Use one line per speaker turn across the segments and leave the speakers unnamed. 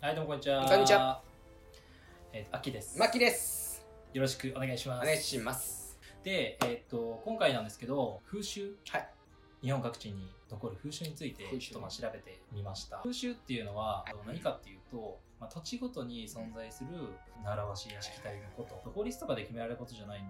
はい、どうもこんにちは。
こんにちは。
えっ、と、秋です。
マキです
よろしくお願いし
お
ます。
願いします
で、えっ、と、今回なんですけど、風習。
はい
日本各地に残る風習について
風
ち
習
ょっとまあ調べてみました風習っていうのはあの何かっていうと、まあ、土地ごとに存在する習わし屋敷たりのこと法律とかで決められることじゃないんで、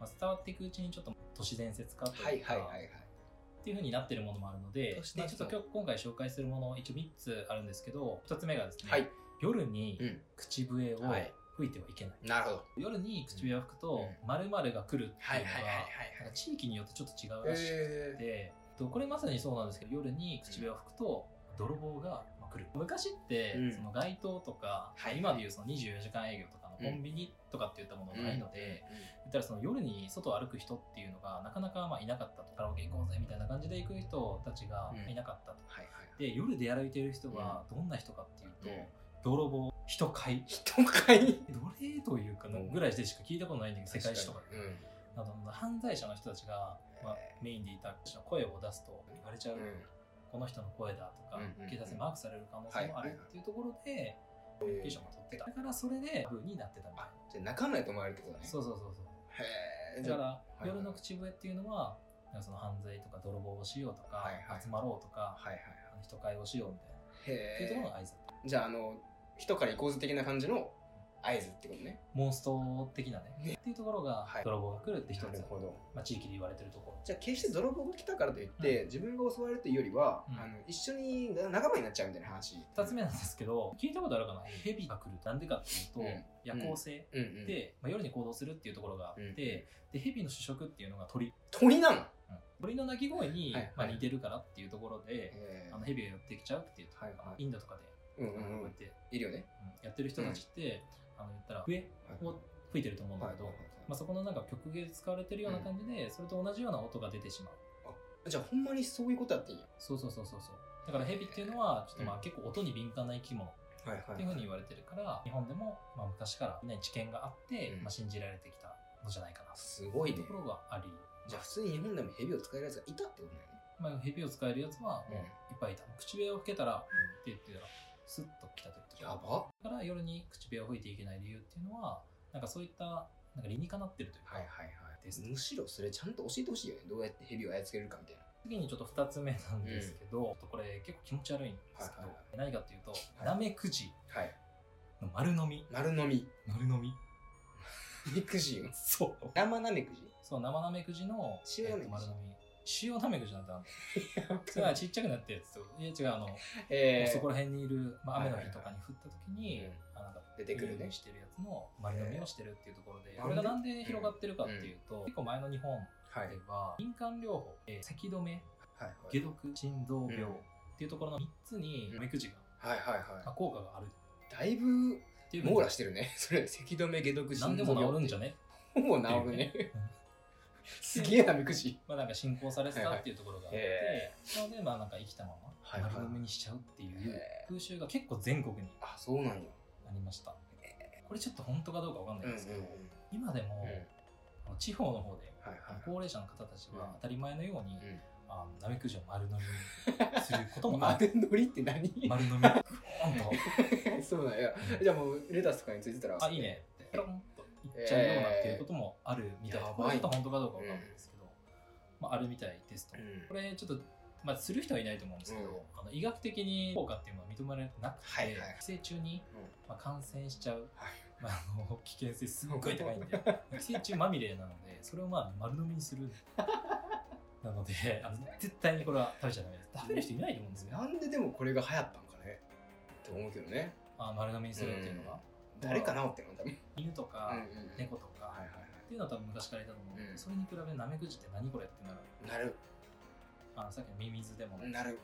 まあ、伝わっていくうちにちょっと都市伝説化と
はい
いうか、
はいはいはい
っていうふうになってるものもあるので
都市、
まあ、
伝
ちょっ
説
と今日今回紹介するもの一応3つあるんですけど2つ目がですね、
はい
夜に
うん
口笛を
はい
吹いてはいけない、
なるほど
夜に口笛を吹くと
う
〇〇が来るって
はい
いう
はいはい
の
は
がなん
いは
か
い
地域によってちょっと違うらしく
えー
でとこれまさにそうなんですけど夜に口笛を吹くと泥棒がまあ来る昔って、
うん
その街灯とか、
はい
今でいうその24時間営業とか
う
の
ん
コンビニとかっていったものがないので、
うん
言ったらその夜に外を歩く人っていうのがなかなかまあいなかったとカラオケ行こうぜみたいな感じで行く人たちが
うん
いなかったと、
はいはい
で夜出歩いてる人がどんな人かっていうと、
うん
泥棒人買い
人買い
奴隷というか
うん
ぐらいでしか聞いたことないんだけど世界史とか
うんうん
あの犯罪者の人たちが、まあ、メインでいた人の声を出すと言われちゃう、この人の声だとか、
うんうん
警察にマークされる可能性もあるっていうところでコミュニケーションも取ってただからそれで風になってたみたい
あじゃあ仲間やと思われるってこと
な
ね
そうそうそうそう
へえ
だか
は
ら
い
夜の口笛っていうのはなんかその犯罪とか泥棒をしようとか、
はいはい
集まろうとか、
いはいはい
あの人会をしようみたいな、っていうところ
へ
の合図
えじゃああの人から行こうず的な感じの合図ってことね
モンスト的なねっていうところが、
はい
泥棒が来るって一つ、
なるほど
まあ、地域で言われてるところ
じゃあ決して泥棒が来たからといって、自分が襲われるというよりは、
うん
あの一緒に仲間になっちゃうみたいな話
2つ目なんですけど聞いたことあるかな蛇が来るなんでかっていうと、
うん
夜行性
うんうん
で、まあ、夜に行動するっていうところがあって、
うん
で蛇の主食っていうのが鳥、うん
鳥なのへ
鳥の鳴き声に、
はい
まあ、
はい
似てるからっていうところで、
え
あの蛇が寄ってきちゃうっていうと、
はいは
インドとかで、
うんう
あのこう
んう
やっ
ん
て、
いるよね
うんやってる人たちって、あの言ったら笛を吹いてると思うんだけど、まあ、そこのなんか曲芸使われてるような感じで、それと同じような音が出てしまう
じゃあほんまにそういうことやっていいよ
そうそうそうそうそうだから蛇っていうのはちょっとまあ
うん
結構音に敏感な生き物
はい
っ
は
ていうふうに言われてるから日本でもまあ昔からみんなに知見があって
うん
まあ信じられてきたのじゃないかな
すごい
と
ね
いうところがあり
じゃあ普通に日本でもヘビを使えるやつがいたってことだよね
まあ蛇を使えるやつはもういっぱいいた口笛を吹けたらって言ってたらスッと来たという
やば
だから夜に口笛を吹いていけない理由っていうのはなんかそういったなんか理にかなってるというか、
はいはいは
です
いむしろそれちゃんと教えてほしいよねどうやってヘビを操れるかみたいな
次にちょっと2つ目なんですけど、ちょっとこれ結構気持ち悪いんですけど、
はいはい
何かっていうと
い
なめくじ
はい
の丸飲み
丸飲み
丸飲み
肉汁
そう
生なめく じ
そう、生なめくじの
塩
え
な
っ
めく
と丸
じ
飲み。塩なめくじなんてあるのそれはちっちゃくなったやつと、いや違う、あの、
えー
そこら辺にいる、まあ、
は
雨
い
の
はいはい
日とかに降った時に、
うん
あなんか
出てくるね
湯飲みしてるやつの丸飲みをしてるっていうところで、
えー
これがなんで広がってるかっていうと、結構前の日本
はい
では、民間療法、えー咳止め、
はい
解毒、心臓病
うん
っていうところの3つに、
うん
なめくじが、
はいはい
まあ
は
効果があるっ
いだいぶ
ていう
網羅してるねそれ咳止め解毒
何でも治るんじゃ
ね
ね
ほぼ治るね すげえなめくじ
まあ、なんか進行されてたっていうところがあって、
はいはいへ
なのでまあなんか生きたま
はいは
ま
い
丸飲みにしちゃうっていう
へ
風習が結構全国に
あそうなんや
ありましたこれちょっと本当かどうかわかん
う
なんい
うんんう
ですけど、
ん
今でも
はい、
あの地方の方で
はい
あの高齢者の方たち
うん
は当たり前のように、
うん
あのなめくじを丸飲みにすること もある
丸のりって何
丸飲みグーンと
そうなんやじゃあもうレタスとかについてたら
あいいねってペロンといっちゃうようなっていうこともあるみたい
え
な、
ー
これちょっと本当かどうかわかんないですけど、まあ、あるみたいですと
う、ん
これちょっと、まあ、する人はいないと思うんですけど、
うん
あの医学的に効果っていうのは認められてなくて、
はいはい
寄生虫に、
うん
まあ、感染しちゃう、
はい
まあ、あの危険性すっごい高いんで寄生虫まみれなのでそれをまあ丸飲みにするなのであの絶対にこれは食べちゃダメです食べる人いないと思うんですよ
なんででもこれが流行ったんかねって思うけどね
あ丸飲みにするっていうのが、
誰かなっての多分
犬とか、猫とか、
はいはい
っていうのは多分昔からいたと思うんで、
うん
それに比べナメクジって何これってなる
はいなる
あのさっきのミミズでも、
なる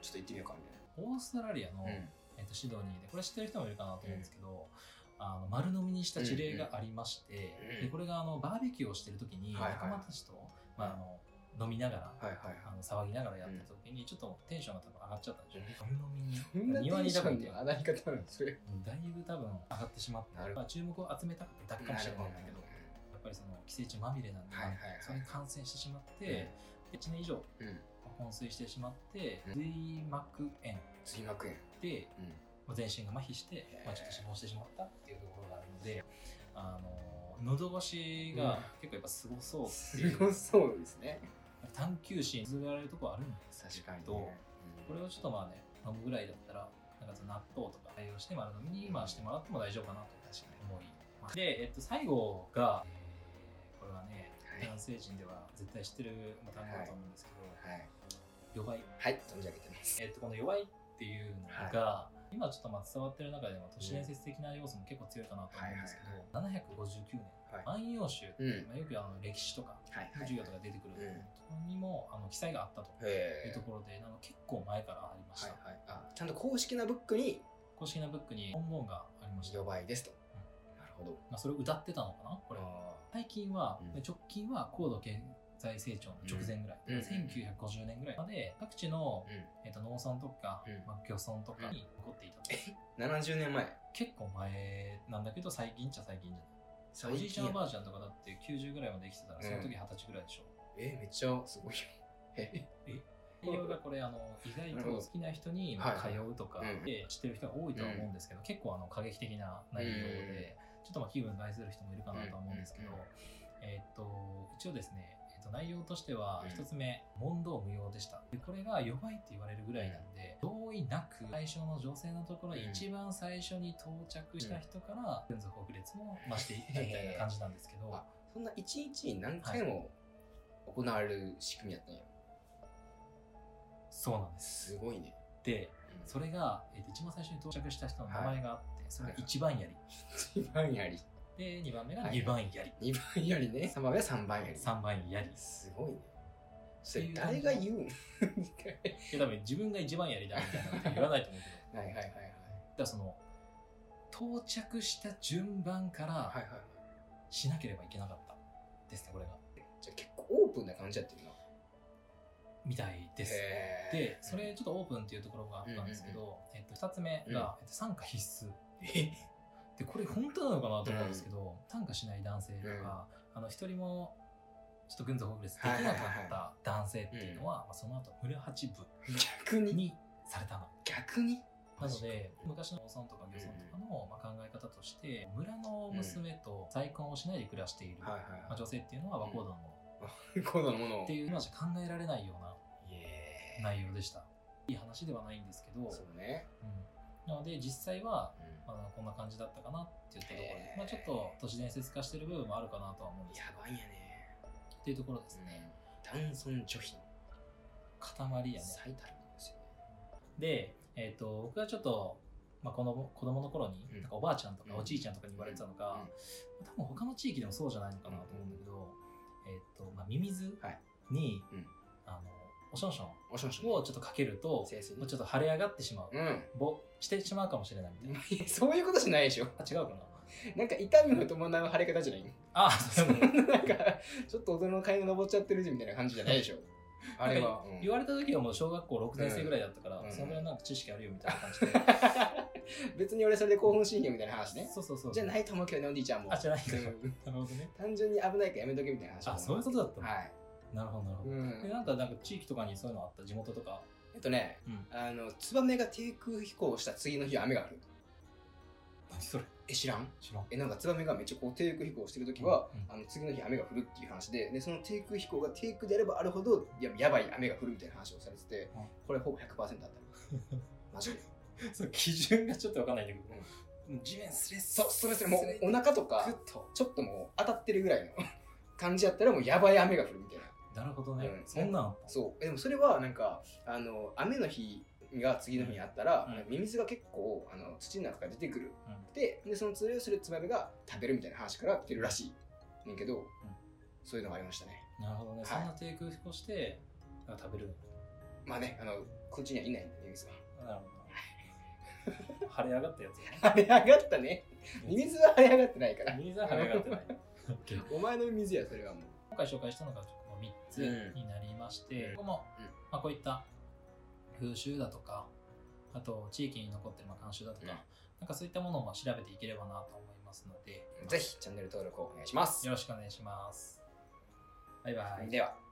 ちょっと行ってみようかみた
オーストラリアの、
いなうん
えっとシドニーでこれ知ってる人もいるかなと思うんですけど、あの丸飲みにした事例がありまして、
うんうん
でこれがあのバーベキューをしてる時に
はいはい
仲間たちと、まあ、あの飲みながら、
はいはいはい
あの騒ぎながらやってた時にちょっとテンションが多分上がっちゃったんでしょうね、
そん
丸飲み
な
に庭
庭に
に
多
多
分
分
ね洗い方なんそれ
だいぶ多分上がってしまって
なる、
まあ、注目を集めたかっただけかもしれないんだけどやっぱりその寄生虫まみれなんで、
はいはいはい
それに感染してしまって、1年以上
うん
昏睡してしまって
うん
髄膜炎
髄膜炎
で
うん
まあ、全身が麻痺して、まあ、ちょっと死亡してしまったっていうところがあるので、あの喉越しが結構やっぱすごそうってい
す
う、
ごそうですね。
探求心続けられるところあるんですけ
確かに、ね。
ど、これをちょっとまあね飲むぐらいだったらなんか納豆とか対応して丸飲みにまあしてもらっても大丈夫かなと確かに思いますで、えっと、最後が、えーこれはね
はい
男性陣では絶対知ってる単語だと思うんですけど、弱
はい。
い、
はい、存じ上げてます。
えっと、この弱いっていうのが、今ちょっとまあ伝わってる中でも都市伝説的な要素も結構強いかなと思うんですけど、759年
はい。
万葉集、
うん。
まあ、よくあの歴史とか
はい。
授業とか出てくる
うん
ここにもあの記載があったという
へえ
と。ころで、あの結構前からありまし
はい
た、
はい。あ、ちゃんと公式なブックに
公式なブックに本文がありました、
呼
ま
ばいですと。なるほど。
あ、それを歌ってたのかなこれ
あ
最近は、
うん
直近は高度経済成長の直前ぐらい、
うん
1950年ぐらいまで各地の
ー、うん。
えっと農村とか、
うん
まあ、漁村とかに残っていたと、
70年前。
結構前なんだけど最近っちゃ最近じゃない
最
お
近
じいちゃんおばあちゃんとかだって90ぐらいまで生きてたらその時二十歳ぐらいでしょ、
えー、めっちゃすごいよ。え
内容がこれあの意外と好きな人に
はい
通うとか
うん
で知ってる人が多いとは思うんですけど、結構あの過激的な内容で、ちょっとまあ気分害する人もいるかなとは思うんですけど、
うんうん
えーっと一応ですね、えーっと内容としては
うん
一つ目、問答無用でしたでこれが弱いって言われるぐらいなんで、同意なく最初の女性のところに
うん
一番最初に到着した人から軍属北列も増していったみたいな感じなんですけど、
あそんな一日に何回も行われる仕組みやったんや。
そうなんです
すごいね。
で
うん
それが、えーっと一番最初に到着した人の名前があって、それが一番やり
一番やり。
で、2番目が
はい
2番やり、
二番やりね。三番目は三番やり。
3番やり。
すごいね。それ誰が言うん
い や多分自分が1番やりだみたいなこと言わないと思うけど。
はいはいはいはい。
だからその、到着した順番か
はい
ら
はいはい。
しなければいけなかったですね、これが。
じゃあ結構オープンな感じやってるな。
みたいです。
へー
で、それ、ちょっとオープンっていうところがあったんですけど、
う
えっと、2つ目が、えっと、参加必須。
え
で、これ本当なのかなと思うんですけど、参加しない男性とか、あの、一人も、ちょっと群像ほぐれできなかった男性っていうのは、まあその後、村八部
逆に
にされたの。
逆に
なので昔の農村とか漁村とかのまあ考え方として村の娘と再婚をしないで暮らしている、
はい
まあ、
は
女性っていうのは和光堂のも
い。高度なもの
の
を。
って
い
いうのは考えられないよう
え
な内容でしたいい話ではないんですけど、う
そうね。
ん、なので実際はまあこんな感じだったかなっていうところで
へ、ー
まあ、ちょっと都市伝説化してる部分もあるかなとは思うんです
や
けど
ばいんやね。
っていうところですね、
男尊女卑の
塊やね
最たるものですよね。
で、えっと僕はちょっと、まあ、この子供の頃に、
うん
なんかおばあちゃんとか
うん
おじいちゃんとかに言われてたのが、多分他の地域でもそうじゃないのかなと思うんだけど、えっとまあ、ミミズ
はい
に、
うん
あのおしょんしょん
おしょんしょん。
をちょっとかけると、
清水
もう
に
ちょっと腫れ上がってしまう、
うん。
ぼしてしまうかもしれないみたいな、
そう いうことしないでしょ。
あ違うかな
なんか痛みを伴う腫れ方じゃない
あそれも
なんか、ちょっと大人の階段登っちゃってるみたいな感じじゃないでしょ。あれは。うん
言われた時はもう小学校6年生ぐらいだったから、
うん
そのぐらいなんか知識あるよみたいな感じで、
別に俺それで興奮しんよみたいな話ね。
そうそうそう
じゃ
な
ないと思うけどね、おじいちゃんも。
あじゃないか
うん
るほどね
単純に危ないからやめとけみたいな話。
あそういうことだったの、
はい。
なるほどなるほど、
うん
でなんかなんか地域とかにそういうのあった地元とか、
えっとね、
うん、
あの、ツバメが低空飛行した次の日は雨が降る。
何それ
え、知らん
知らん
え、なんかツバメがめっちゃこう低空飛行してる時は、
うん
あの次の日雨が降るっていう話で、で、その低空飛行が低空であればあるほど、ややばい雨が降るみたいな話をされてて
うん、
これほぼ100%あったの。 マジで。
そう基準がちょっとわかんないんだけど、地面すれ
そう、それそれ、も
スレ
うお腹とか
グッ、と
ちょっともう当たってるぐらいの感じやったらもうやばい雨が降るみたいな。
なるほどね、
うん
そんなんあった
そう。えでもそれはなんか、あの、雨の日が次の日にあったら、
うん
あのミミズが結構あの土の中から出てくる
うん
ででその釣りをするツバメが食べるみたいな話から来てるらしいねんけど、そういうのがありましたね
なるほどね、
はい
そんな低空飛行してあ食べる
まあねあのこっちにはいないんでミミ ズは
なるほど腫れ上がったやつ よね
腫れ上がったねミミズは腫れ上がってないから
ミミズは腫れ上がってない OK
お前のミミズやそれはもう
今回紹介したのがこの3つ
うん
になりまして、
うん
ここも、
うん
まあ、こういった風習だとかあと地域に残ってるまあ慣習だとか、
うん
なんかそういったものも調べていければなと思いますので
ぜひチャンネル登録をお願いします
よろしくお願いしますバイバイ
では